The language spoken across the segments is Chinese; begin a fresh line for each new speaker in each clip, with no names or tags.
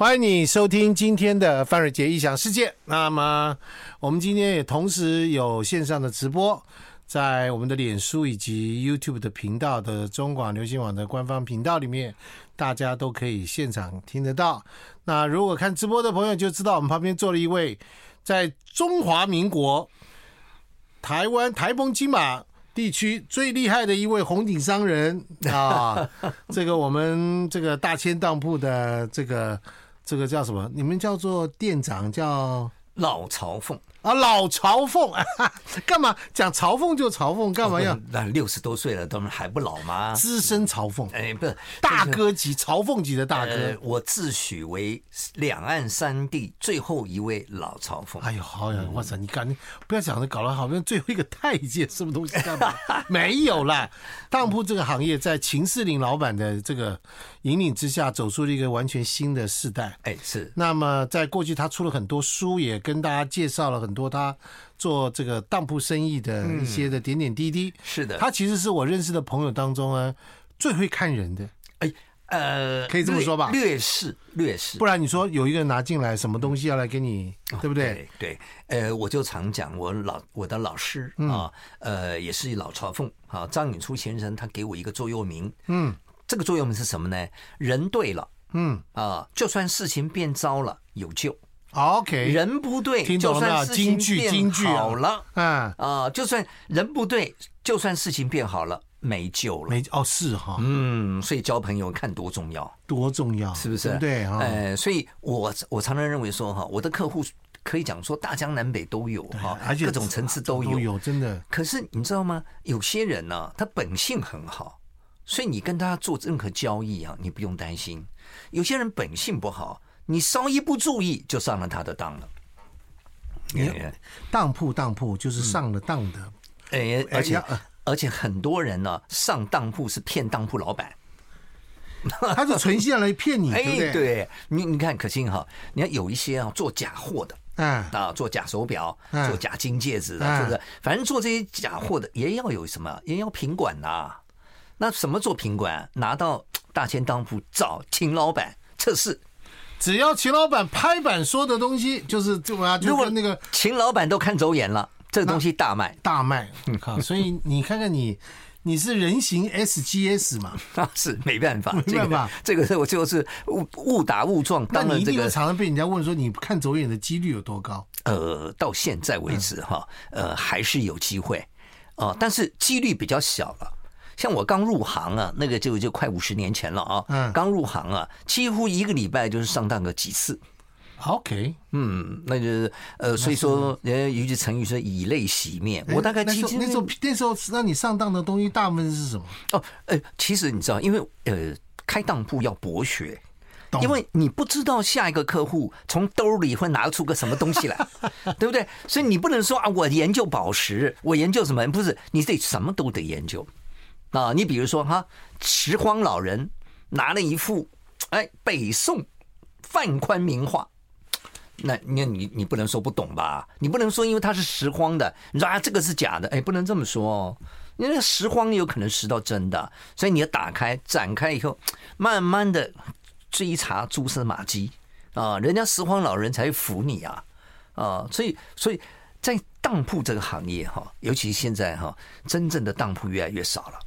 欢迎你收听今天的范瑞杰异想世界。那么，我们今天也同时有线上的直播，在我们的脸书以及 YouTube 的频道的中广流行网的官方频道里面，大家都可以现场听得到。那如果看直播的朋友就知道，我们旁边坐了一位在中华民国台湾台澎金马地区最厉害的一位红顶商人啊，这个我们这个大千当铺的这个这个叫什么？你们叫做店长叫
老朝奉，
啊老朝奉， 干嘛讲朝奉就朝奉，干嘛要
嗯那六十多岁了，他们还不老吗？
资深朝奉？
哎，不是
大哥级朝奉级的大
呃
哥，，
我自诩为两岸三地最后一位老朝奉。
哎呦，好呀！哇塞，你赶紧不要讲的，搞得好像最后一个太监什么东西干 嘛？没有啦，当铺这个行业在秦世林老板的这个引领之下，走出了一个完全新的世代。
哎，是
那么在过去，他出了很多书，也跟大家介绍了很多他做这个当铺生意的一些的点点滴滴。
嗯是的，
他其实是我认识的朋友当中呢最会看人的，
哎呃，
可以这么说吧
略略是略是
不，然你说有一个人拿进来什么东西要来给你，对不对？
哦对对，呃，我就常讲我老我的老师
嗯
啊，呃，也是老朝奉啊，张允初先生，他给我一个座右铭，嗯，这个座右铭是什么呢？人对了
嗯
啊，就算事情变糟了，有救。
，OK，
人不对，
哎听
就
懂了没有
算事
京
情
剧
变
京剧啊
好了
啊，
啊、就算人不对，就算事情变好了，没救了。
没哦是哈，
嗯，所以交朋友看多重要，
多重要，
是不是？
对不对哈？
呃，所以我我常常认为说哈，我的客户可以讲说大江南北都有哈，
而且
哎各种层次都有。
都有，真的
可是你知道吗？有些人呢、他本性很好，所以你跟他做任何交易啊，你不用担心。有些人本性不好，你稍一不注意就上了他的当了。哎
当铺当铺就是上了当的，
哎，而且
要呃
而且很多人呢、上当铺是骗当铺老板。
他就存心要来骗你，
嗯哎，
嗯对不对？
对你你看，可欣哈，你看有一些啊做假货的。
啊，
啊，做假手表，
嗯
做假金戒指的，
嗯
做的，反正做这些假货的，也要有什么，也要品管呐、那什么做品管？拿到大千当铺找秦老板测试，
只要秦老板拍板说的东西，就是就啊，就
如果
跟那个
秦老板都看走眼了，这个东西大卖
大卖，靠！所以你看看你， 你是人形 SGS 嘛？
啊，是没办法，
没办法
这个这个我就是误误打误撞，
那
当
你
然
一
这
定
个
会常常被人家问说你看走眼的几率有多高？
呃，到现在为
嗯
止哈，呃，还是有机会啊、但是几率比较小了。像我刚入行啊，那个就就快五十年前了啊，
嗯
刚入行啊，几乎一个礼拜就是上当个几次，
啊 OK，
嗯，那就是呃，所以说，人家有一句成语说以泪洗面，我大概
那
记
时候那时候那时候让你上当的东西大部分是什么？
哦，呃，其实你知道，因为呃，开当铺要博学，
懂
因为你不知道下一个客户从兜里会拿出个什么东西来，对不对？所以你不能说啊，我研究宝石，我研究什么？不是，你得什么都得研究啊。你比如说哈，拾荒老人拿了一幅哎北宋范宽名画。那那你你不能说不懂吧？你不能说因为它是拾荒的，你说啊这个是假的，哎，不能这么说哦。因为拾荒有可能拾到真的，所以你要打开展开以后，慢慢的追查蛛丝马迹啊，人家拾荒老人才会服你啊啊！所以所以在当铺这个行业哈，尤其现在哈，真正的当铺越来越少了。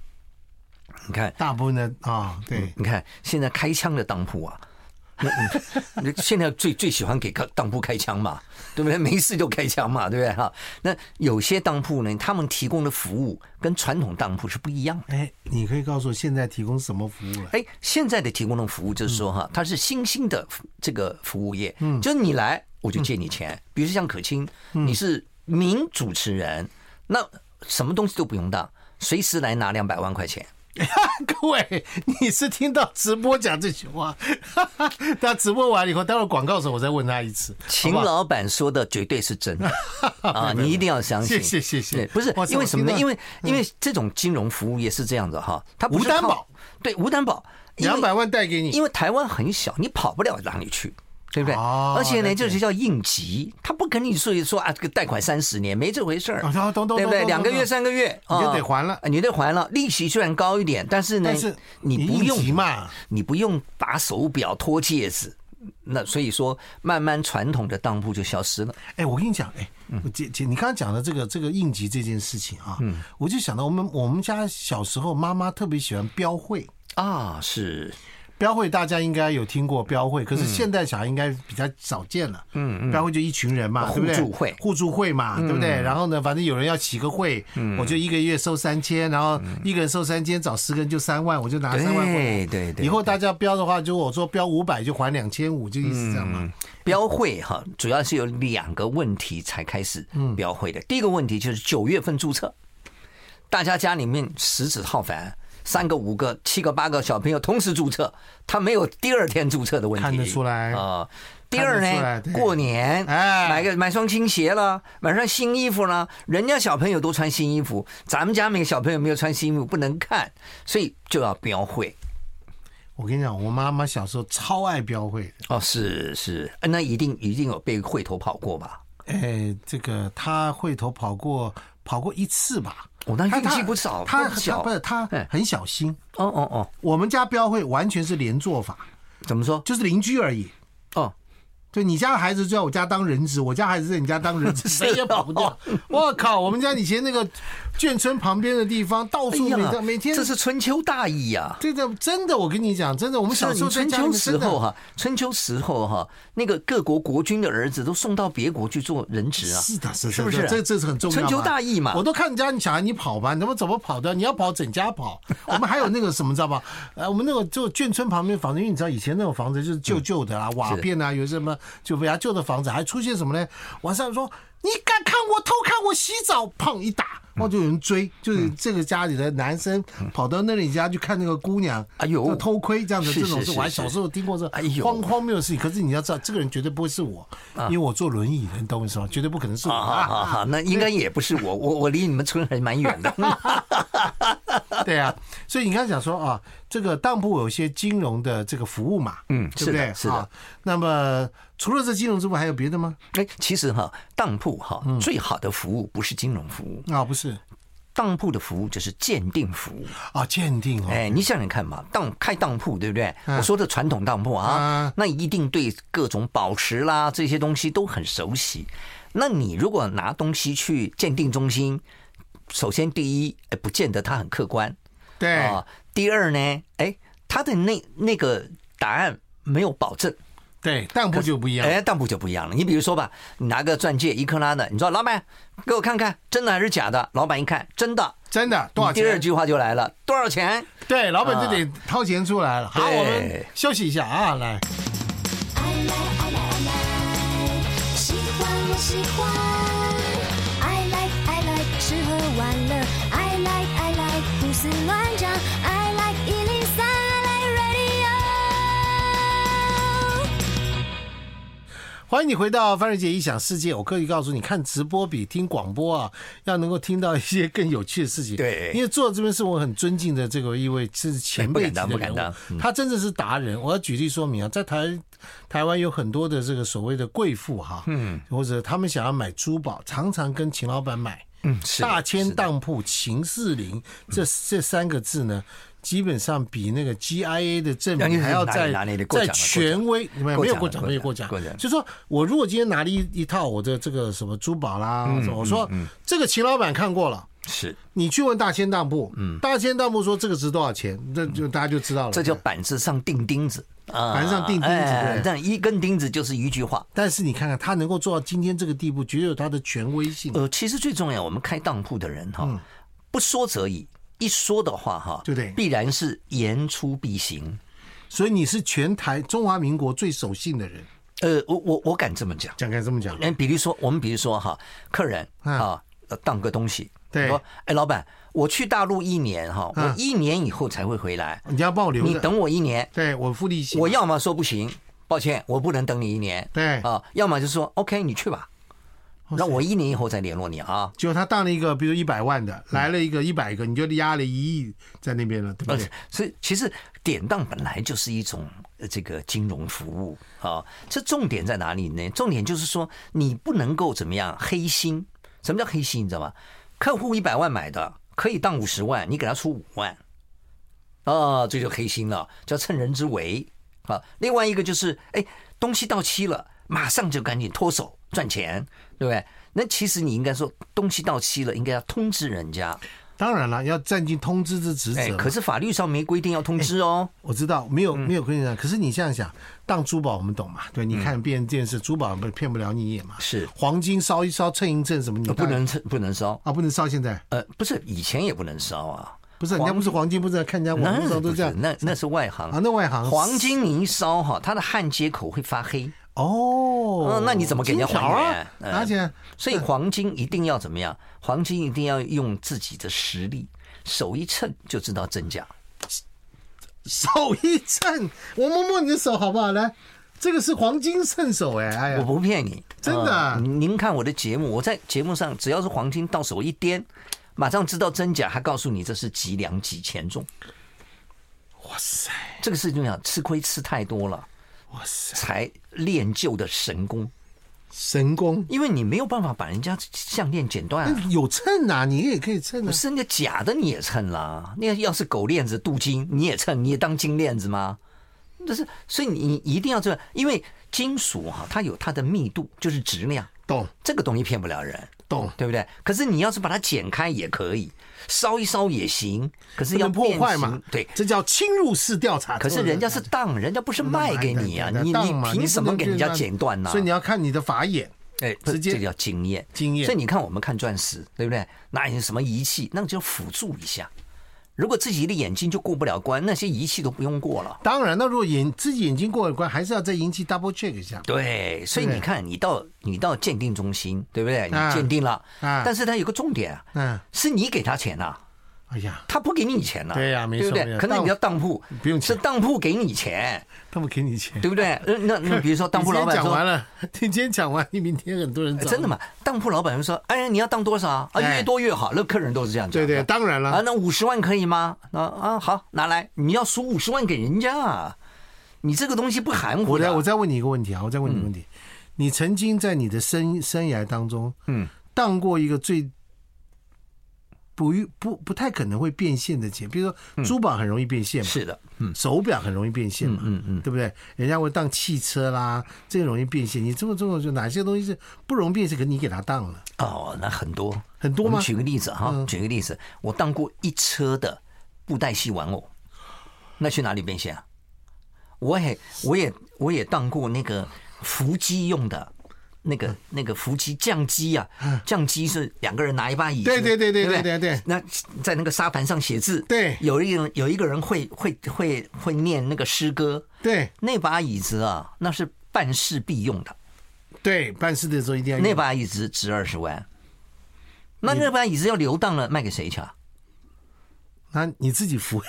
你看
大部分的啊，对，
你看现在开枪的当铺啊，那你现在最最喜欢给当当铺开枪嘛，对不对？没事就开枪嘛，对不对哈？那有些当铺呢，他们提供的服务跟传统当铺是不一样的。
哎，你可以告诉我现在提供什么服务了？
哎，现在的提供的服务就是说哈，它是新兴的这个服务业，嗯，就是你来我就借你钱，比如说像可清，你是名主持人，那什么东西都不用当，随时来拿两百万块钱。
各位，你是听到直播讲这句话， 那直播完以后，待会儿广告的时候我再问他一次，
秦
好不好
老板说的绝对是真 的啊，你一定要相
谢
信。
谢谢谢
对不是
哇塞
因为什么
我
呢？
听
因
到
为因为这种金融服务业是这样的哈，它不是
无担
靠
保，
对无担保，因为
两百万带给你，
因为台湾很小，你跑不了哪里去，对不对？
哦
而且
了
呢，
解
这就叫应急，他不跟你说一说啊，这个贷款三十年没这回事儿
哦懂懂，懂
对不对？
懂
两个月、
懂
三个月，
你就
啊
得还了
啊你得还了。利息虽然高一点，但是呢，
但是
你
你
不
应
用
急嘛，
你不用把手表脱戒指。那所以说，慢慢传统的当铺就消失了。
哎，我跟你讲，哎，我姐姐，你刚刚讲的这个这个应急这件事情啊，
嗯
我就想到我们我们家小时候，妈妈特别喜欢标会，
啊，是，
标会大家应该有听过标会，可
嗯
是现代小孩应该比较少见了。嗯标会就一群人嘛，
哦互
对不对？
助会嗯
互助会嘛，对不对？然后呢，反正有人要起个会，我就一个月收三千，
嗯
然后一个人收三千，找十个人就三万，我就拿三万回来。
对对对，
以后大家标的话，就我说标五百就还两千五，就意思这样
嗯
嘛。
标会哈，主要是有两个问题才开始
嗯
标会的。第一个问题就是九月份注册，大家家里面十指浩繁，三个、五个、七个、八个小朋友同时注册，他没有第二天注册的问题，
看得出来
啊。第二
看得出来
呢
对，
过年
哎
买个买双新鞋了，买双新衣服了，人家小朋友都穿新衣服，咱们家每个小朋友没有穿新衣服不能看，所以就要标会。
我跟你讲，我妈妈小时候超爱标会的。
哦，是是，呃那一定一定有被会头跑过吧？
哎，这个她会头跑过跑过一次吧？
哦那
她
运气
她
不少
她
不小
她不是她
哎
很小心。
哦哦哦，
我们家标会完全是连坐法，
怎么说？
就是邻居而已。
哦，
就你家的孩子就在我家当人质，我家孩子在你家当人质，
是哦
谁也跑不掉。我靠，我们家以前那个眷村旁边的地方，到哎处每天、每天
哎啊这是春秋大义呀、啊。
这个真的，我跟你讲，真的，我们小时候在
春
家里
秋
面
时
真
候
的
哈、春秋时候哈、那个各国国君的儿子都送到别国去做人质啊。
是的，是的，
是不
的
是？
这这是很重要嘛。
春秋大义嘛。
我都看人家小孩，你跑吧，你怎么怎么跑的？你要跑整家跑。 我们还有那个什么，知道吧？呃，我们那个就眷村旁边房子，因为你知道以前那种房子就是旧旧的啊，瓦片啊，有什么就比较旧的房子，还出现什么呢？晚上说你敢看我偷看我洗澡，砰一打，然后就有人追，就是
嗯
这个家里的男生跑到那里家去看那个姑娘，
哎呦
就偷窥这样的
是
这种
是
事，
是
我还
是
小时候听过这
哎呦
荒荒谬的事情。可是你要知道，这个人绝对不会是我，因为我坐轮椅的，你懂我意思吗？绝对不可能是我。
啊哈哈，那应该也不是 我，我我离你们村还蛮远的。
对啊，所以你刚才讲说啊，这个当铺有一些金融的这个服务嘛，
嗯
对不
是的
对？
是的
啊。那么除了这金融之外，还有别的吗？
哎，其实哈、当铺哈、
嗯
最好的服务不是金融服务，
啊，不是
当铺的服务就是鉴定服务。
啊，鉴定哦，嗯
哎，你想想看嘛，当开当铺对不对？我说的传统当铺
啊
啊，那一定对各种宝石啦这些东西都很熟悉。那你如果拿东西去鉴定中心，首先第一，哎，不见得他很客观
对，
啊；第二呢，哎，他的那那个答案没有保证。
对，当铺就不一样。
哎，当铺就不一样了。你比如说吧，你拿个钻戒一克拉的，你说老板给我看看真的还是假的？老板一看真的，
真的多少
你第二
钱？
句话就来了，多少钱？
对，老板就得掏钱出来了。好，
对
我们休息一下啊，来，
爱来爱来爱来，喜欢我喜欢。I like I like 吃喝玩乐，I like I like 胡思乱想，I like 一零三，I like radio。
欢迎你回到范瑞杰异想世界。我可以告诉你，看直播比听广播啊，要能够听到一些更有趣的事情。
对
因为坐这边是我很尊敬的这个一位是前辈级的
不
人
敢当不敢
物
当，嗯
他真的是达人。我要举例说明啊，在台台湾有很多的这个所谓的贵妇哈，嗯，或者他们想要买珠宝，常常跟秦老板买。
嗯，是的
大千
是的嗯
当铺秦四零这这三个字呢，基本上比那个 GIA 的证明还要
哪里
在
哪里哪里过
在
奖了
权威，没有没有过奖，没有过
过
奖
奖，过奖
就说我如果今天拿了一一套我的这个什么珠宝啦，
嗯
什么我说这个秦老板看过了。
是。
你去问大千当铺，大千当铺说这个值多少钱，那就大家就知道了。
嗯这叫板子上钉钉子啊
板上钉钉子
哎
对
但一根钉子就是一句话。
但是你看看他能够做到今天这个地步，绝对有他的权威性，
呃，其实最重要，我们开当铺的人哈、
嗯
不说则已，一说的话哈，
对不对
必然是言出必行。
所以你是全台中华民国最守信的人。
呃，我我我敢这么讲。
讲该这么讲，
哎，比如说，我们比如说哈，客人
嗯
啊，呃当个东西，
对
你说，哎，老板，我去大陆一年哈，
嗯
我一年以后才会回来，
你要帮我留
你
着，
等我一年，
对我付利息，
我要么说不行，抱歉，我不能等你一年，
啊对
啊，要么就说 OK，你去吧，
哇塞
那我一年以后再联络你啊。
就他当了一个，比如一百万
嗯
的，来了一个一百个，你就压了一亿在那边了，对不
而
对
且？，所以其实典当本来就是一种呃这个金融服务啊。这重点在哪里呢？重点就是说你不能够怎么样黑心。什么叫黑心？你知道吗？客户一百万买的可以当五十万，你给他出五万，啊，这就黑心了，叫趁人之危啊。另外一个就是，哎，东西到期了，马上就赶紧脱手赚钱，对不对？那其实你应该说，东西到期了，应该要通知人家。
当然了，要占尽通知之职责
哎，
嘛。
可是法律上没规定要通知哦。
我知道没有没有跟你讲，可是你这样想，当珠宝我们懂嘛？对，你看遍电视，珠宝不骗不了你眼嘛。
嗯是
黄金烧一烧，称一称什么，你
呃不
当然
能不能烧，
啊，不能烧。现在
呃，不是以前也不能烧啊，
不是人家不是黄金，不是看人家网
那
络上都这
不是
样
那那是外行
啊，那外行
黄金你一烧哈，它的焊接口会发黑，
哦
嗯，那你怎么给人家
金条
还
啊
原？？嗯
而且
所以黄金一定要怎么样？黄金一定要用自己的实力，手一称就知道真假。
手一震，我摸摸你的手好不好？来，这个是黄金圣手哎，哎
我
呀，
不骗你，
真的啊
呃您看我的节目，我在节目上只要是黄金到手一掂，马上知道真假，还告诉你这是几两几钱重。
哇塞，
这个事情讲吃亏吃太多了，
哇塞，
才练就的神功，
神功！
因为你没有办法把人家项链剪断、啊。
那有秤啊，你也可以称
不
啊。
是那假的你也称啦，那要是狗链子、镀金你也称，你也当金链子吗？这是，所以你一定要这样，因为金属哈、它有它的密度，就是质量，
懂
这个东西骗不了人，
懂，
对不对？可是你要是把它剪开也可以，烧一烧也行，可是
不
要
能破
变
坏
形
嘛？
对。
这叫侵入式调查。
可是人家是当，人家不是卖给你啊，你
当嘛
凭什么给人家剪断呢、
所以你要看你的法眼。
哎，不
直
是
接
这个叫经验，
经验
所以你看，我们看钻石，对不对？拿一些什么仪器，那个就辅助一下。如果自己的眼睛就过不了关，那些仪器都不用过了。
当然，那如果眼自己眼睛过了关，还是要再引起 double check 一下。
对，所以
对
你看，你到你到鉴定中心，对不对？你
啊
鉴定了，
啊
但是它有个重点啊，
嗯，
是你给他钱呐、
哎呀，
他不给你钱呐、
对呀没错
对不
没
对？
错
可能你要当铺，
不用钱
是当铺给你钱，
他们给你钱。
对不对？呃那 那比如说当铺老
你
板
今天讲
说，
完了， 你今天讲完，你明天很多人
哎
找
真的？吗？当铺老板就说，哎，你要当多少啊？啊
哎
越多越好，那客人都是这样讲
对
的。
对，当然
啊，
了，
那五十万可以吗？啊啊，好，拿来，你要数五十万给人家啊，你这个东西不含糊
我再
的。
我再问你一个问题啊，我再问你一个问题，你曾经在你的生生涯当中，
嗯，
当过一个最不不不太可能会变现的钱，比如
嗯
说珠宝很容易变现嘛，
是的，
手表很容易变现嘛，
嗯
对不对？人家会当汽车啦，这个容易变现。你这么这么就哪些东西是不容易变现，可你给它当了，
哦，那很多
很多
我们
吗嗯
举个例子哈，举个例子，我当过一车的布袋戏玩偶，那去哪里变现啊？我也我也我也当过那个伏击用的。那
嗯
个那个伏击降机啊，降机是两个人拿一把椅子，
对对对对
不
对对对
那在那个沙盘上写字，
对
有一个人有一个人会会会会念那个诗歌，
对
那把椅子啊，那是办事必用的，
对，办事的时候一定要用
那把椅子值二十万，那那把椅子要流荡了，卖给谁去啊？
那你自己扶，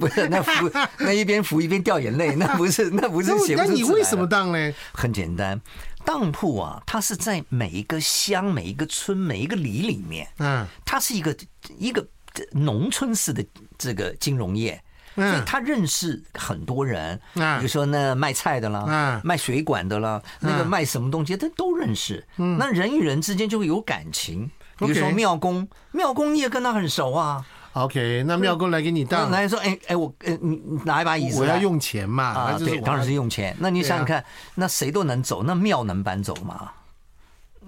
不是，那扶那一边扶一边掉眼 泪，那不是那不是
那
写不
那
出
你
字来
为
的
什么当呢？
很简单，当铺啊，它是在每一个乡、每一个村、每一个里里面，
嗯，
它是一个一个农村式的这个金融业。所
嗯
以他认识很多人，
嗯
比如说那卖菜的
嗯
啦，卖水管的啦，那个卖什么东西，他都认识。那人与人之间就会有感情，比如说
嗯 OK
庙公，庙公你也跟他很熟啊。
OK，那妙公来给你
那
当，
来说，哎哎，我呃，你你拿一把椅子，
我要用钱嘛，
啊，
那就是
对，
我
当然是用钱。那你想想
对啊
看，那谁都能走，那庙能搬走吗？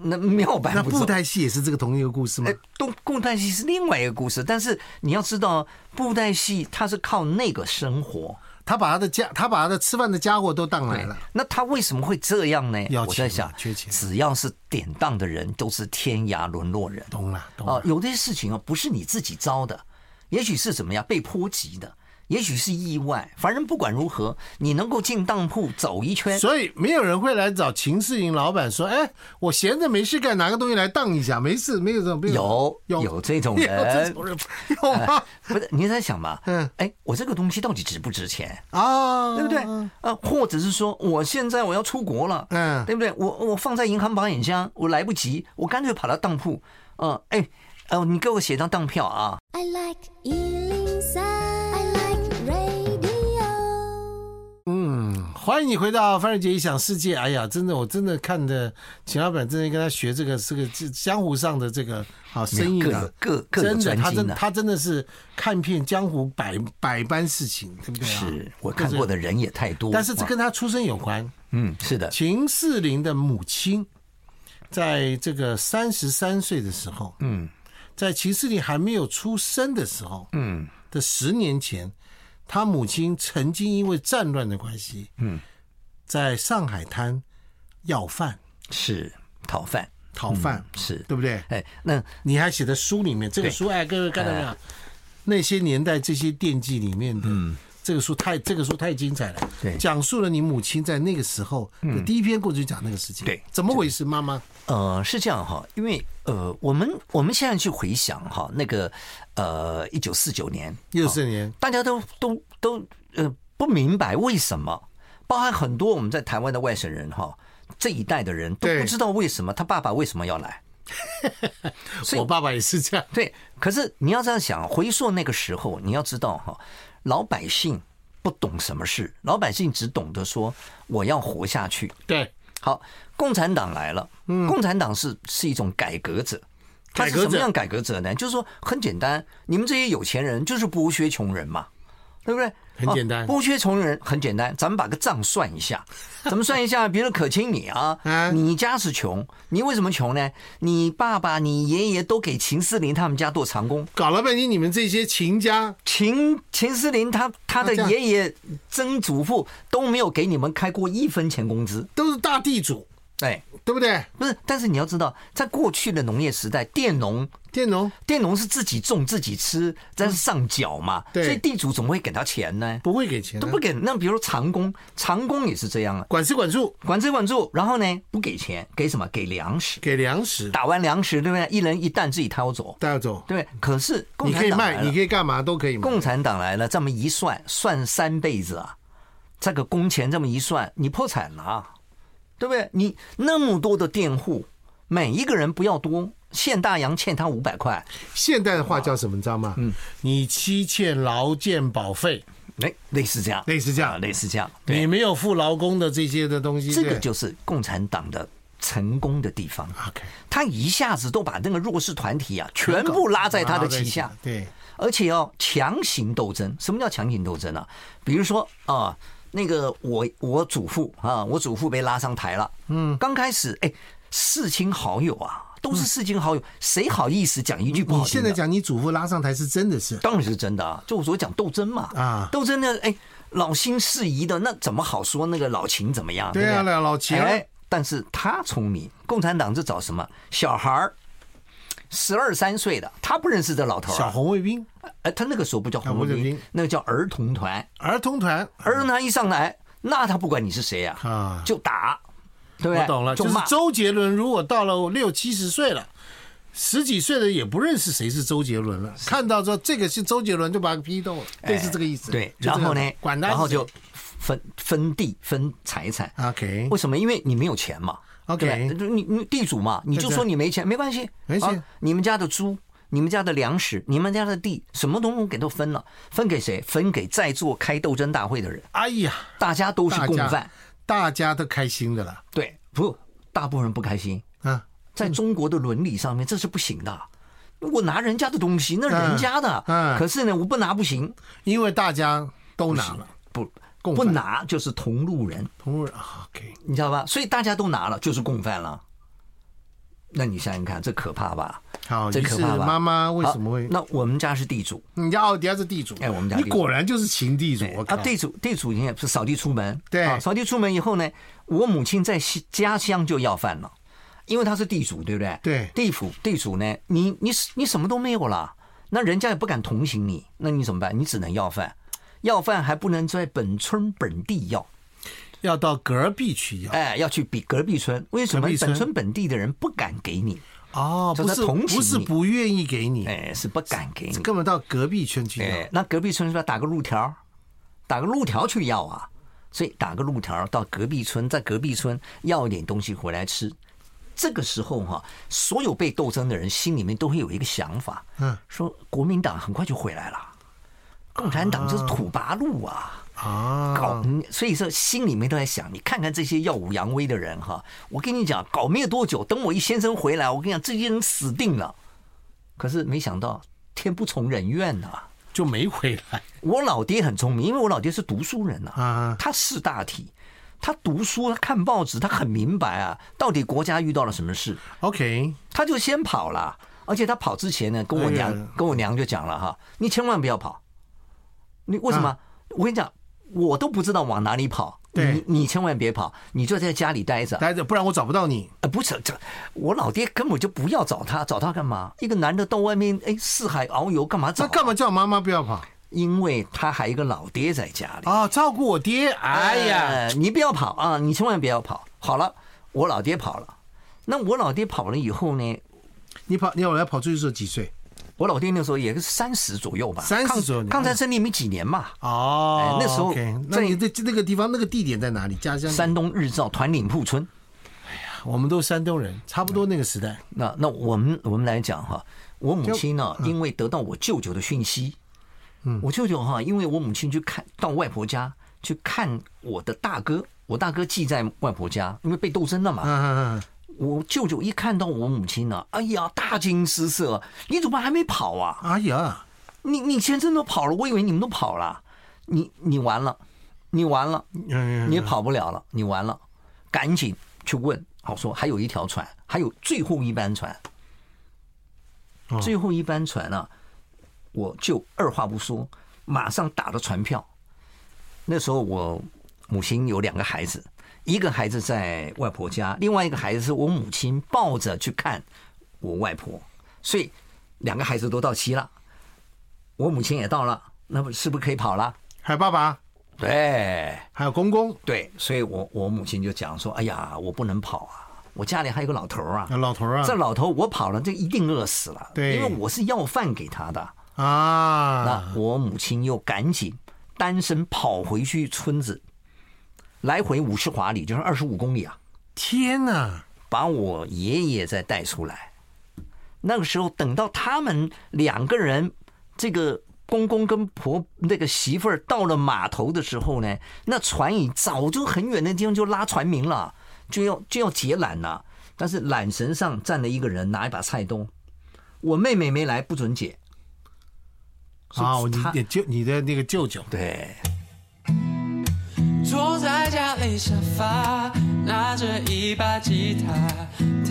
那庙搬
那
不
布
走。
袋戏也是这个同一个故事吗
哎？，东布袋戏是另外一个故事，但是你要知道，哦布袋戏它是靠那个生活。
他把他的家，他把他的吃饭的家伙都当来了，
那他为什么会这样呢
要？
我
钱
在
嘛
想
缺，钱
只要是典当的人，都是天涯沦落人。
懂了，懂
啊
了，，
有些事情啊，不是你自己招的，也许是怎么样被波及的，也许是意外。反正不管如何，你能够进当铺走一圈，
所以没有人会来找秦世营老板说：“哎，我闲着没事干，拿个东西来当一下，没事，没有这种，没
有
有
有这种
有这
人哎
种，人有 吗？
不是你在想嘛？
嗯
嗯，哎，我这个东西到底值不值钱，
啊，
对不对？啊，或者是说我现在我要出国了，
嗯
对不对？我我放在银行保险箱，我来不及，我干脆跑到当铺，嗯，哎，哦，你给我写张当票啊，
I like Ealing Sound. I like radio.
嗯，欢迎你回到范瑞杰异想世界。哎呀，真的，我真的看的秦老板，真的跟他学这个这个这江湖上的这个好生意
各
啊
有，各各有
真的，
专
他
精
真
的。
他真的是看遍江湖百百般事情，对不对啊？
是我看过的人也太多，
但是这
哇
跟他出身有关。
嗯是的，
秦四林的母亲，在这个三十三岁的时候，嗯，在秦四林还没有出生的时候，嗯，的十年前，他母亲曾经因为战乱的关系，嗯，在上海滩要饭
是讨饭
讨饭，
是，
对不对？
哎，那
你还写的书里面，这个书哎，各位看到没有？那些年代这些惦记里面的，这个书太这个书太精彩了，
嗯对嗯
讲述了你母亲在那个时候的第一篇故事就讲那个事情，
对
怎么回事？妈妈，
呃，是这样哈，因为呃，我们我们现在去回想哈，那个呃，一九四九年，
六四年，
大家都都都呃不明白为什么，包含很多我们在台湾的外省人哈，这一代的人都
对
不知道为什么他爸爸为什么要来。哦所以
我爸爸也是这样，
对，可是你要这样想，回溯那个时候，你要知道哈，老百姓不懂什么事，老百姓只懂得说我要活下去。
对，
好，共产党来了，共产党是是一种改革者。
嗯
他
改
是
革
什么
者
样改革者呢？就是说很简单，你们这些有钱人就是剥削穷人嘛，对不对？
很简单
啊剥削穷人很简单，咱们把个账算 一下，怎么算一下？比如可卿你啊
啊，
你家是穷，你为什么穷呢？你爸爸、你爷爷都给秦四林他们家做长工，
搞了半天你们这些秦家，
秦秦思林他他的
啊这样
爷爷曾祖父都没有给你们开过一分钱工资，
都是大地主，
哎，
对不对？
不是，但是你要知道，在过去的农业时代，佃农
佃农
佃农是自己种自己吃，在上缴嘛，
嗯对
所以地主怎么会给他钱呢？
不会给钱的
都，不给。那比如说长工，长工也是这样啊，
管吃管住，
管吃管住，然后呢不给钱，给什么？给粮食，
给粮食，
打完粮食对不对？一人一担自己掏走，
带走，
对不对。可是共
你可
产
以
党来
卖，
了
你可以干嘛都可以买，
共产党来了，这么一算，算三辈子啊，这个工钱这么一算，你破产了、啊，对不对？你那么多的佃户，每一个人不要多，县大洋欠他五百块，
现代的话叫什么？你知道吗？嗯，你欺欠劳健保费，
哎，类似这样，
类似这样
啊类似这样，
你
对，
没有付劳工的这些的东西，
这个
对
就是共产党的成功的地方，
OK，
他一下子都把那个弱势团体啊，全部拉在他的旗下，
对，
而且要强行斗争。什么叫强行斗争啊？比如说啊，那个我我祖父啊，我祖父被拉上台了，嗯，刚开始哎，世亲好友啊，都是世亲好友，谁好意思讲一句不
你
好听
现在
的？
讲你祖父拉上台是真的是
当然是真的啊，就我所讲斗争嘛，
啊
斗争呢，哎，老新适宜的，那怎么好说那个老秦怎么样？
对啊
不
老老秦啊
哎，但是他聪明，共产党就找什么小孩儿。十二三岁的，他不认识这老头儿啊、
小红卫兵
哎，他那个时候不叫
啊
红
红
卫
卫
兵
兵，
那个叫儿童团。
儿童团，
儿童团一上来，那他不管你是谁呀、
啊
就打，对不对？
我懂了，
就
就是
骂。
周杰伦如果到了六七十岁了。十几岁的也不认识谁是周杰伦了，看到说这个是周杰伦就把他批斗了，类似这个意思。
哎对，
就这
然
样
后呢，
管他是谁，啊
然后就分分地分财产。
OK，
为什么？因为你没有钱嘛。
OK
对不对你你地主嘛，你就说你没钱，没关系，
没钱
啊你们家的猪。你们家的粮食，你们家的地，什么东西给都分了，分给谁？分给在座开斗争大会的人，
哎呀，
大家都是
大
共
家
犯。
大家都开心的了
对，不，大部分人不开心，
啊，
在中国的伦理上面，这是不行的。我拿人家的东西，那人家的，
嗯嗯
可是呢，我不拿不行，
因为大家都拿了，
不
共
不
犯
拿就是同路人，
同路人啊 OK，
你知道吧？所以大家都拿了，就是共犯了。那你想想看，这可怕吧？
好，
这
于
可
哦是
怕吧？
妈妈为什么
好
会？
那我们家是地主，
你家奥迪还是地主？
哎我们家
你
地主
果然就是情地主，我靠！
啊，地主地主也是扫地出门，
对
啊扫地出门以后呢，我母亲在西家乡就要饭了，因为她是地主，对不对？
对
地主地主呢，你你你什么都没有啦，那人家也不敢同情你，那你怎么办？你只能要饭，要饭还不能在本村本地要，
要到隔壁去要
哎，要去比隔壁村，为什么
隔壁村
本村本地的人不敢给你？
哦，
这
不是
在同情
不是
你
不愿意给你，
哎，是不敢给你。
根本到隔壁圈去
哎
要，。
那隔壁村是不是要打个路条儿，打个路条去要啊？所以打个路条儿到隔壁村，在隔壁村要一点东西回来吃。这个时候哈、所有被斗争的人心里面都会有一个想法，
嗯，
说国民党很快就回来了，共产党就是土八路啊，
啊，
搞，嗯所以说心里面都在想，你看看这些耀武扬威的人哈，我跟你讲，搞没有多久，等我一先生回来，我跟你讲，这些人死定了。可是没想到天不从人愿呐、
就没回 来
我老爹很聪明，因为我老爹是读书人呐、
啊
他识大体，他读书，他看报纸，他很明白啊，到底国家遇到了什么事，
，OK，
他就先跑了。而且他跑之前呢，跟我娘、
哎呀
跟我娘就讲了哈，你千万不要跑，你为什么？我跟你讲，我都不知道往哪里跑，
啊对
你你千万别跑，你就在家里待着。
待着，不然我找不到你。
呃，不是这，我老爹根本就不要找他，找他干嘛？一个男的到外面哎四海遨游干嘛找？
那干？嘛叫妈妈不要跑
因为他还有一个老爹在家里。
啊？照顾我爹，哎呀，
呃，你不要跑啊！你千万不要跑。好了，我老爹跑了，那我老爹跑了以后呢？
你跑，你我来跑出去的时候几岁？
我老爹那时候也是三十左右吧，
30
抗
左右你
抗战胜利没几年嘛。
哦
哎，那时候
OK，那你在那个地方那个地点在哪里？家乡？
山东日照团岭铺村，
我们都是山东人，差不多那个时代。
那那我们我们来讲哈，我母亲呢，
嗯
因为得到我舅舅的讯息，嗯，我舅舅哈，因为我母亲去看到外婆家去看我的大哥，我大哥寄在外婆家，因为被斗争了嘛，
嗯嗯嗯，
我舅舅一看到我母亲呢、哎呀，大惊失色，你怎么还没跑啊？
哎呀，
你你先生都跑了，我以为你们都跑了，你你完了，你完了，
嗯
你也跑不了了，你完了，赶紧去问。好说还有一条船，还有最后一班船，
哦
最后一班船啊，我就二话不说，马上打了船票。那时候我母亲有两个孩子，一个孩子在外婆家，另外一个孩子是我母亲抱着去看我外婆，所以两个孩子都到齐了，我母亲也到了，那么是不是可以跑了？
还有爸爸，
对，
还有公公，
对，所以我我母亲就讲说：“哎呀，我不能跑啊，我家里还有个老头儿啊，
啊老头儿
这
啊，
老头我跑了，这一定饿死了。
对
因为我是要饭给他的。
啊
那，我母亲又赶紧单身跑回去村子，来回五十华里，就是二十五公里啊，
天哪，
把我爷爷再带出来。那个时候，等到他们两个人，这个公公跟婆那个媳妇儿到了码头的时候呢，那船已早就很远的地方就拉船鸣了，就要就要解缆了。但是缆绳上站了一个人，拿一把菜刀。我妹妹没来，不准解。
啊，我你
他
你舅你的那个舅舅，
对，
坐在家里沙发，拿着一把吉他，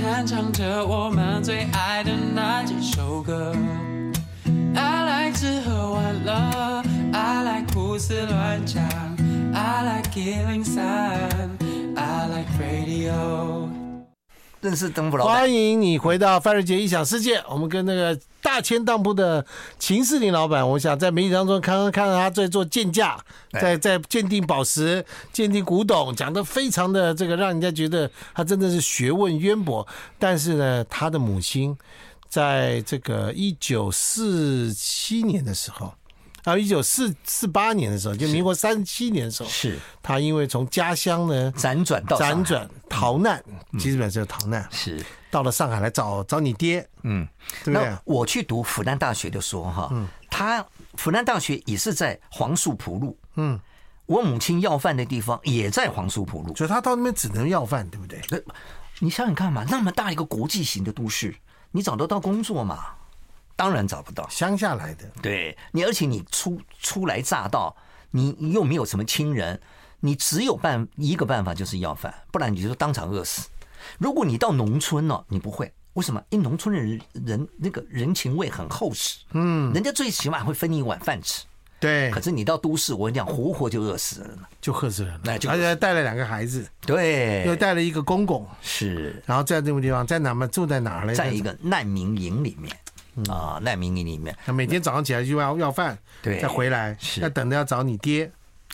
弹唱着我们最爱的那几首歌。I like 吃喝玩乐，I like 胡思乱想，I like 一零三，I like radio。
认识登福老板。
欢迎你回到范瑞杰异想世界。我们跟那个大千当铺的秦世林老板，我想在媒体当中看看看到他在做鉴价，
哎
在在鉴定宝石、鉴定古董，讲的非常的这个，让人家觉得他真的是学问渊博。但是呢，他的母亲在这个一九四七年的时候。啊，一九四四八年的时候，就民国三十七年的时候，
是
他因为从家乡呢
辗转到上海嗯
辗转逃难，其实本是逃难，
是。
到了上海来找找你爹，嗯，对不对嗯
那？我去读复旦大学的时候，哈，他复旦大学也是在黄树浦路，嗯，我母亲要饭的地方也在黄树浦路。
所以他到那边只能要饭，对不对？
那你想想看嘛，那么大一个国际型的都市，你找得到工作吗？当然找不到。
乡下来的，
对你，而且你初初来乍到，你又没有什么亲人，你只有办一个办法就是要饭，不然你就当场饿死。如果你到农村呢、你不会。为什么？因为农村的人人那个人情味很厚实，嗯，人家最起码会分你一碗饭吃。
对
可，是你到都市，我跟你讲，活活就饿死了呢。
就喝死人了，
那
而
就哎
且还带了两个孩子，又
对，
带了一个公公，
是
然后在这个地方，在哪嘛住在哪儿嘞？
在一个难民营里面啊，难民营里面，
那每天早上起来就要要饭，
对
再回来，
是
要等着要找你爹，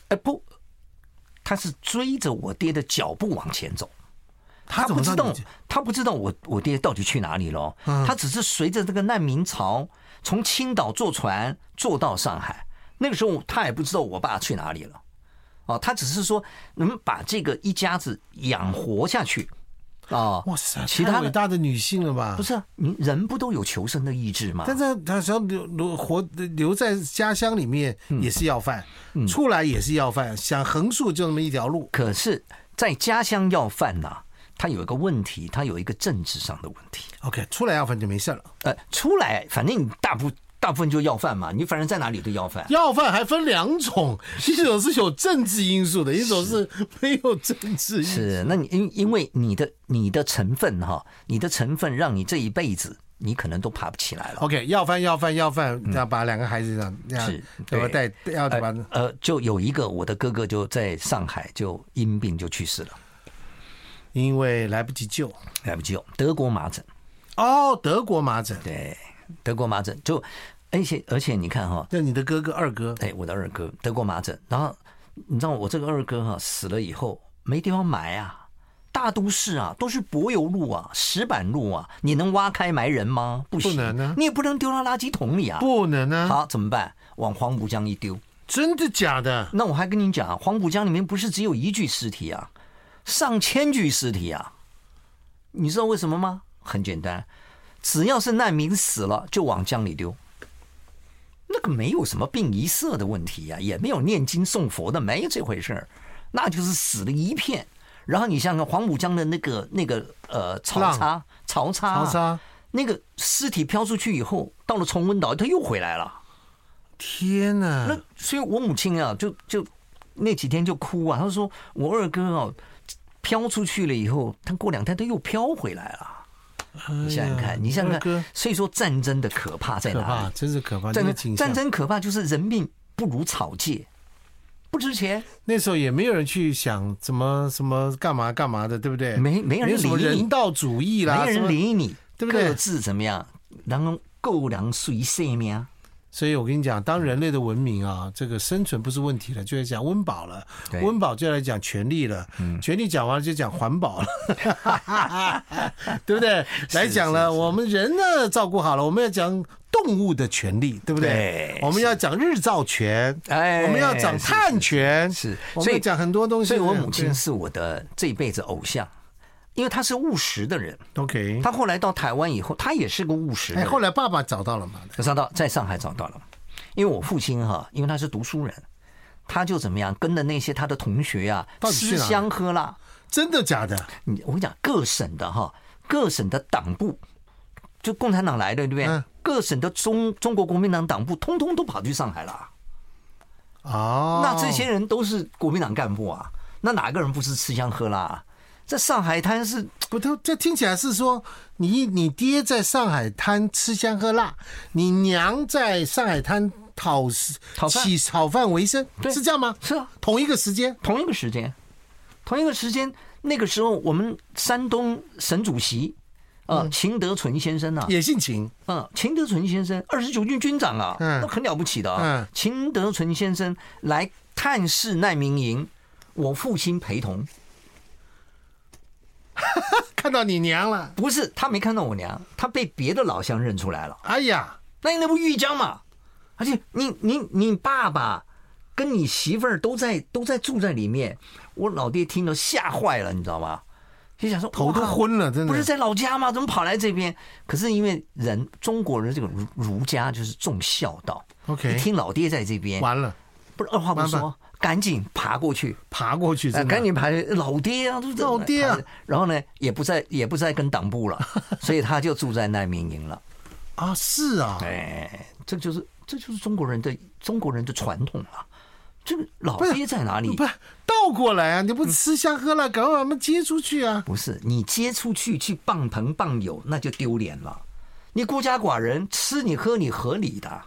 哎不，他是追着我爹的脚步往前走。
他怎
不
么
知
你嗯
道
这？，
他不知道我我爹到底去哪里了。哦他只是随着这个难民潮从青岛坐船坐到上海。那个时候他也不知道我爸去哪里了，哦，他只是说能把这个一家子养活下去。啊
哇塞，
其
太
他
伟
的
大的女性了吧？
不是啊，你人不都有求生的意志吗？
但是他只要留留活留在家乡里面
嗯
也是要饭，出来也是要饭，想横竖就那么一条路。
可是，在家乡要饭呐、它有一个问题，它有一个政治上的问题。
OK，出来要饭就没事了。
呃，出来反正你大部大部分就要饭嘛，你反正在哪里都要饭。
要饭还分两种，一种是有政治因素的，一种是没有政治因素。
是，那你因因为你的你的成分哈、你的成分让你这一辈子你可能都爬不起来了。
OK，要饭要饭要饭，要把两个孩子这样这样
嗯是，
怎么带
对
要把
呃呃，就有一个我的哥哥就在上海就因病就去世了，
因为来不及救。
来不及救，德国麻疹。
哦，德国麻疹，
对，德国麻疹就，而且而且你看哈、
那你的哥哥二哥
哎，我的二哥得过麻疹，然后你知道我这个二哥哈、死了以后没地方埋啊，大都市啊都是柏油路啊、石板路啊，你能挖开埋人吗？不行，
不能啊
你也不能丢到垃圾桶里啊。
不能啊，
好，怎么办？往黄浦江一丢。
真的假的？
那我还跟你讲啊，黄浦江里面不是只有一具尸体啊，上千具尸体啊。你知道为什么吗？很简单，只要是难民死了，就往江里丢。那个没有什么病一色的问题呀、啊也没有念经送佛的，没这回事儿，那就是死了一片。然后你想想黄浦江的那个那个呃潮
浪
差潮差
长沙，
啊那个尸体飘出去以后，到了崇文岛，它又回来了。
天哪
那！所以，我母亲啊，就就那几天就哭啊，她说我二哥哦、飘出去了以后，他过两天他又飘回来了。你想想看，你想想
哎二哥
看，所以说战争的可怕在
可怕
哪，
真是可怕！那
里？战
个
争
景
战
象，
争可怕就是人命不如草芥，不值钱，
那时候也没有人去想怎么什么干嘛干嘛的，对不对？
没没人
有什么
理你
人道主义啦，
没
什么
人。理你，
对不对
各自怎么样，然后狗粮随性命。啊
所以我跟你讲，当人类的文明啊，这个生存不是问题了，就来讲温饱了，
嗯对嗯
温饱就来讲权利了，权利讲完了就讲环保 了，对不对？来讲了，我们人呢照顾好了，我们要讲动物的权利，对不对
对？
我们要讲日照权，
哎
我们要讲
是是
碳权，
是是
我
所
们
以
要讲很多东西。
所以我母
对
亲是我的这一辈子偶像，因为她是务实的人。
OK，
她后来到台湾以后，她也是个务实
嗯
的
哎，
人。
后来爸爸找到了嘛？
我上到在上海找到了，因为我父亲哈、因为他是读书人，他就怎么样跟着那些他的同学啊
到，底去
吃
哪
香喝辣。
真的假的？
你我跟你讲，各省的哈、各省的党部，就共产党来的对不对？
嗯
各省的中中国国民党党部，通通都跑去上海了啊。
哦，
那这些人都是国民党干部啊，那哪个人不是吃香喝辣、啊？在上海滩是
不，他这听起来是说，你你爹在上海滩吃香喝辣，你娘在上海滩讨食
讨饭
起讨饭为生，
对
是这样吗？
是啊，
同一个时间，
同一个时间，同一个时间，那个时候我们山东省主席，呃，秦德纯先生啊，
嗯也姓秦，
嗯，秦德纯先生，二十九军军长啊，
嗯
那很了不起的啊。
嗯
秦德纯先生来探视难民营，我父亲陪同，
看到你娘了，
不是他没看到我娘，他被别的老乡认出来了。
哎呀，
那你那不豫江嘛？而且你你你爸爸跟你媳妇儿都在都在住在里面，我老爹听了吓坏了，你知道吗？就想说
头都
哇
昏了，真的
不是在老家吗？怎么跑来这边？可是因为人中国人这个儒儒家就是重孝道
OK
一听老爹在这边，
完了，
不是二话不
完
说，赶紧爬过去，
爬过去，
呃
真的
赶紧爬过去。老爹啊，都是
老爹啊
爬然后呢，也不在也不在跟党 部了，所以他就住在难民营了。
啊，是啊，
哎，这就是这就是中国人的中国人的传统啊。这个老
不是
爹在哪里
不？是倒过来啊，你不吃香喝
嗯
辣，赶快把他们接出去啊，
不是你接出去去傍朋傍友，那就丢脸了。你孤家寡人，吃你喝你合理的，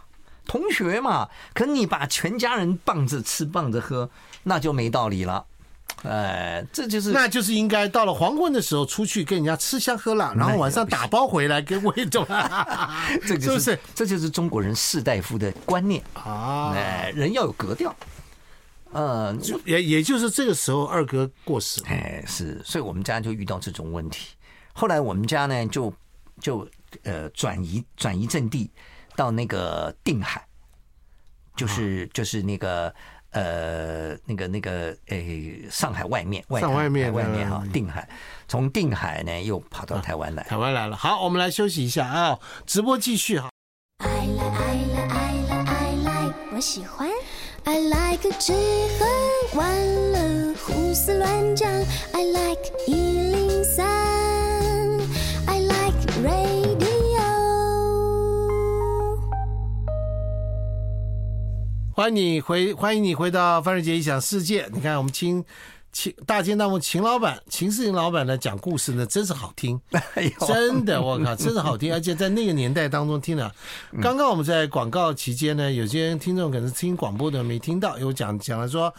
同学嘛。可你把全家人傍着吃傍着喝，那就没道理了。哎，这就是
那就是应该到了黄昏的时候出去跟人家吃香喝辣，
哎
然后晚上打包回来给我一种，
这
不
就是
是
这就是中国人士大夫的观念。
啊？
哎，人要有格调。呃，
也也就是这个时候，二哥过世了。
哎，是，所以我们家就遇到这种问题。后来我们家呢，就就呃转移转
啊
移阵地到那个定海，就是就是那个呃那个那个诶、上海外面，外
上外面
海外面哈
嗯，
定海，从定海呢又跑到台湾来。
台湾来了，好，我们来休息一下啊，直播继续哈。
I like, I like, I like, I like，我喜欢。I like 吃喝玩乐，胡思乱讲。I like 一零三，I like radio。
欢迎你回，欢迎你回到范瑞杰异想世界。你看，我们秦秦大金大幕秦老板、秦世林老板呢讲故事呢，真是好听，
哎呦
真的，我靠，真是好 听。而且在那个年代当中听了，
嗯
刚刚我们在广告期间呢，有些听众可能是听广播的没听到，有讲讲了说，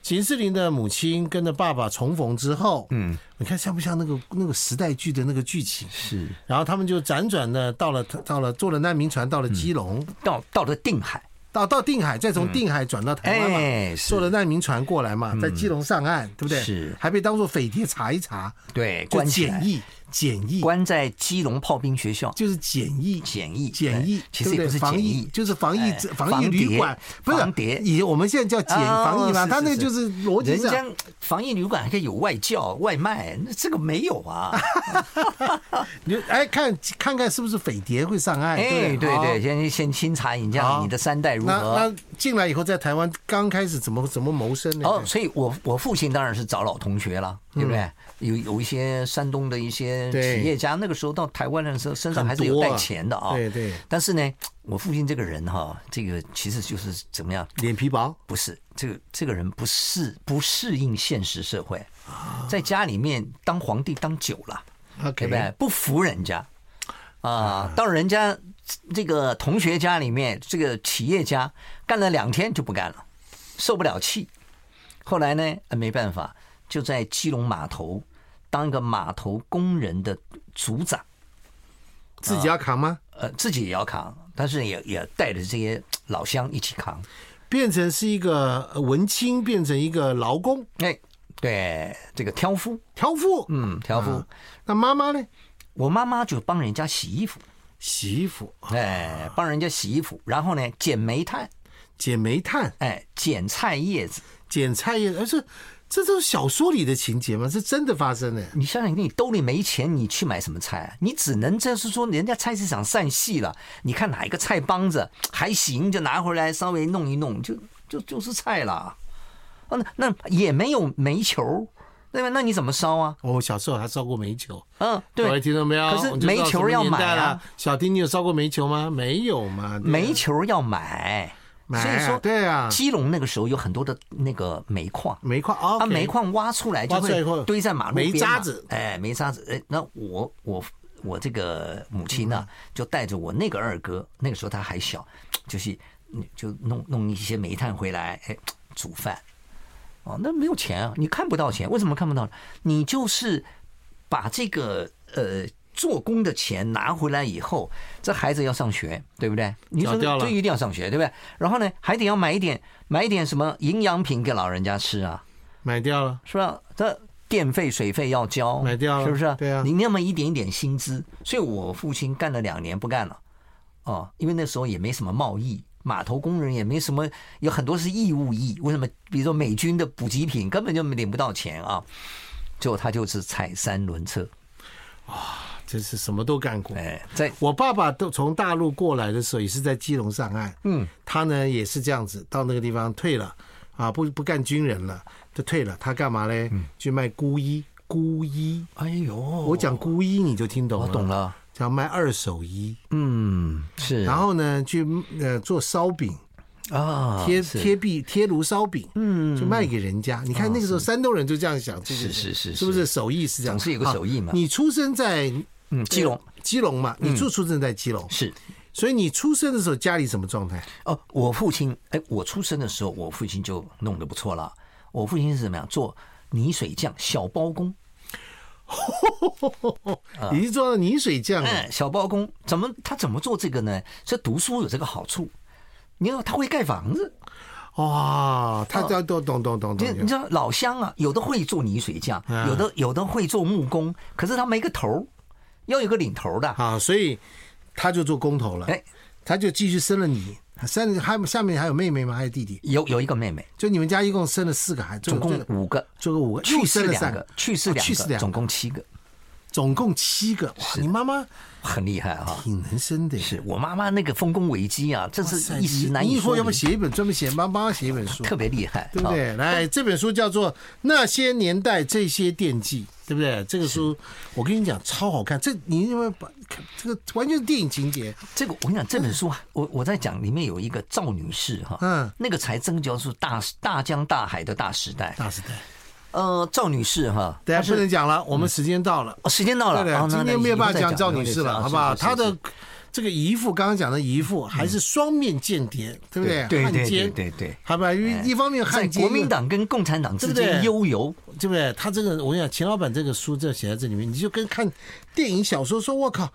秦世林的母亲跟着爸爸重逢之后，嗯，你看像不像那个那个时代剧的那个剧情？
是
然后他们就辗转呢，到了到了坐了难民船到了基隆。
到到了定海，
到到定海，再从定海转到台湾嘛，
嗯哎是嗯
坐了难民船过来嘛，在基隆上岸，对不对？
是
还被当做匪谍查一查，
对，
就
关起来
简易，简易
关在基隆炮兵学校，
就是简易，
简易
简易
对，哎其
对
实也
对
不是
防
简
疫
易，，
就是防疫
哎
之防疫旅馆，不
防谍
是，以我们现在叫简防疫嘛，
哦
他那个就是逻辑
人
上，
家防疫旅馆还可以有外教、外卖，那这个没有 啊。
你就哎看看看是不是匪谍会上岸，
哎，
对
对
不好
对，先先清查一下
好
你的三代如
那
何。
那进来以后，在台湾刚开始怎么怎么谋生呢？
哦，所以我我父亲当然是找老同学了，对不对？有有一些山东的一些
嗯对
企业家，那个时候到台湾的时候，身上
很
还是有
多
带
啊
钱的啊。
对对。
但是呢，我父亲这个人哈，这个其实就是怎么样？
脸皮薄，
不是，这个这个人不适不适应现实社会，
啊
在家里面当皇帝当久了，对
OK
不对？不服人家啊，到人家这个同学家里面，这个企业家干了两天就不干了，受不了气。后来呢，呃没办法，就在基隆码头当一个码头工人的组长，
自己要扛吗？
呃，自己也要扛，但是也也带着这些老乡一起扛。
变成是一个呃文青，变成一个劳工
哎，对，这个挑夫，
挑夫。
嗯，挑夫。
那妈妈呢？
我妈妈就帮人家洗衣服，
洗衣服，
哎，帮人家洗衣服，然后呢捡煤炭，
捡煤炭，
哎，捡菜叶子。
捡菜叶，而是这都是小说里的情节吗？是真的发生的？
你想想，你兜里没钱，你去买什么菜、啊？你只能就是说，人家菜市场散戏了，你看哪一个菜帮子还行，就拿回来稍微弄一弄，就就就是菜啦。啊，那那也没有煤球，对吧？那你怎么烧啊？
我小时候还烧过煤球，
嗯，
各位
对，
听到没有？
可是
我就知道
煤球要
什么年代
买啊
了。小丁，你有烧过煤球吗？没有嘛，对啊
煤球要买，
买啊
所以说
对啊
基隆那个时候有很多的那个煤矿，
煤矿哦，
啊，煤矿挖出来就
挖出来以后
会堆在马路边嘛
煤渣子
哎，煤渣子，哎，那我我我这个母
嗯
亲呢、就带着我那个二哥，那个时候他还小，就是嗯就弄弄一些煤炭回来，哎，煮饭，哦，那没有钱啊，你看不到钱，为什么看不到呢？你就是把这个呃。做工的钱拿回来以后，这孩子要上学，对不对？你说
缴掉了
这一定要上学，对不对？然后呢，还得要买一点买一点什么营养品给老人家吃啊。
买掉了，
是吧？这电费、水费要交，
买掉了
是不是？
对啊
你那么一点一点薪资，所以我父亲干了两年不干了，哦，因为那时候也没什么贸易，码头工人也没什么，有很多是义务役。为什么？比如说美军的补给品根本就领不到钱啊，最后他就是踩三轮车，
真是什么都干过。
哎，在
我爸爸都从大陆过来的时候，也是在基隆上岸。嗯，他呢也是这样子，到那个地方退了，啊，不不干军人了，就退了。他干嘛呢？
嗯
去卖孤衣，孤衣。
哎呦，
我
我
讲孤衣，你就听懂
我
了。
懂，了，
叫卖二手衣。
嗯，是，
然后呢，去呃做烧饼，
啊，
贴
是啊
贴壁贴炉烧饼，嗯，就卖给人家。你看那个时候山东人就这样想，这个
是是是
是不是
是
手艺是这样？
总是有个
好
手艺嘛
你出生在
嗯基隆嗯
呃基隆嘛，你就出生在基隆，
是。
所以你出生的时候家里什么状态？
哦，我父亲，哎，我出生的时候，我父亲就弄得不错了。我父亲是怎么样做泥水匠，小包工，
已经做到泥水匠了。
哦哎，小包工怎么他怎么做这个呢？这读书有这个好处，你要他会盖房子，
哇，他都都懂懂懂
你你
懂
知。道老乡啊，有的会做泥水匠，
嗯
有的有的会做木工，可是他没个头儿，要有个领头的，
啊好，所以他就做工头了，
哎，
他就继续生了你，生还下面还有妹妹吗？还有弟弟？
有有一个妹妹，
就你们家一共生了四个孩，
总共
这个
五个，
这个五个
去
又
世
生了
两
三
个
个，
去世
哦
两
去世
个，
两个
总共七个，
总共七个。哇，你妈妈
很厉害啊！
挺能生的耶，
是我妈妈那个丰功伟绩啊，真
哇
是
塞
一时
你
难
你以
以说
后
明。
要不要写一本专门写妈妈写一本书，
特别厉害，
对不
啊？
对？来，这本书叫做《那些年代这些惦记》，对不对？这个书我跟你讲超好看，这你因为把这个完全是电影情节，
这个我跟你讲，这本书啊，我我在讲里面有一个赵女士哈，
嗯
那个才真叫做大大江大海的大时代。
大时代。
呃，赵女士哈，
大
她
家不
是
能讲了，我们时间到了。
哦，时间到了，
对的，
哦那
今
那
天没有
以后
办法
再
讲赵
以后
女
再
士了，
讲
好不好？
啊是是
她
是
的这个姨父，刚刚讲的姨父还是双面间谍，对不对？
嗯对对
汉
对
奸，
对对哎
好吧？因为一方面
在
汉奸，
国民党跟共产党之
对不
间
对
悠游，
对不对？他这个，我跟你讲，钱老板这个书这写在这里面，你就跟看电影小说说，我靠，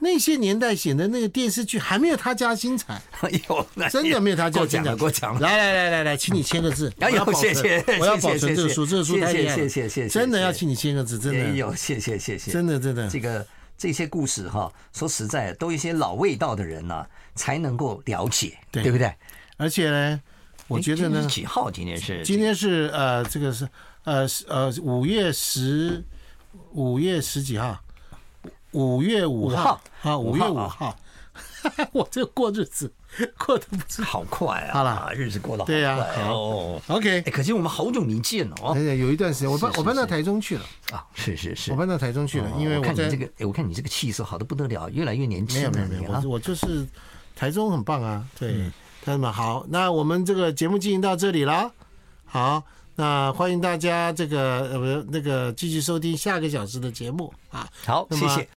那些年代写的那个电视剧还没有他家精彩，
哎呦，那
真的没有他家
够
精
讲了，
彩。
够讲了。
来来来来来，请你签个 字。
哎
我
呦
要保存
谢谢
我要
谢谢
保存这个
谢谢
书，这个书
谢谢
太厉害了，
谢谢谢谢
真的要
谢谢
请你签个字，真
哎
的，
呦，谢谢谢谢，
真的真的
这个这些故事哈，说实在，都一些老味道的人呢、才能够了解，
对
不对？
而且呢，我
哎
觉得
今天
呢
是，几号？今天是
今天是呃，这个是呃是呃五月十五月十几号，五月五号
五号
啊，五月
五
五
号啊
号， 我这过日子过得不知
好快啊！
好了
日子过得好快
对呀啊好
哦。
OK
哎，。可惜我们好久没见了
而
哦。
且哎有一段时间，我搬
是是
我搬到台中去了，
啊，是是是
哎我。搬到台中去了，因为
哦
我
看
在
你这个，哎我看你这个气色好的不得了，越来越年
没
轻
有
了。嗯
没有没有，
你
我
啊
是，我就是台中很棒啊，对，他们好，那我们这个节目进行到这里啦，好，那欢迎大家这个呃不是那个继续收听下个小时的节目啊，
好，
那
谢
么
谢。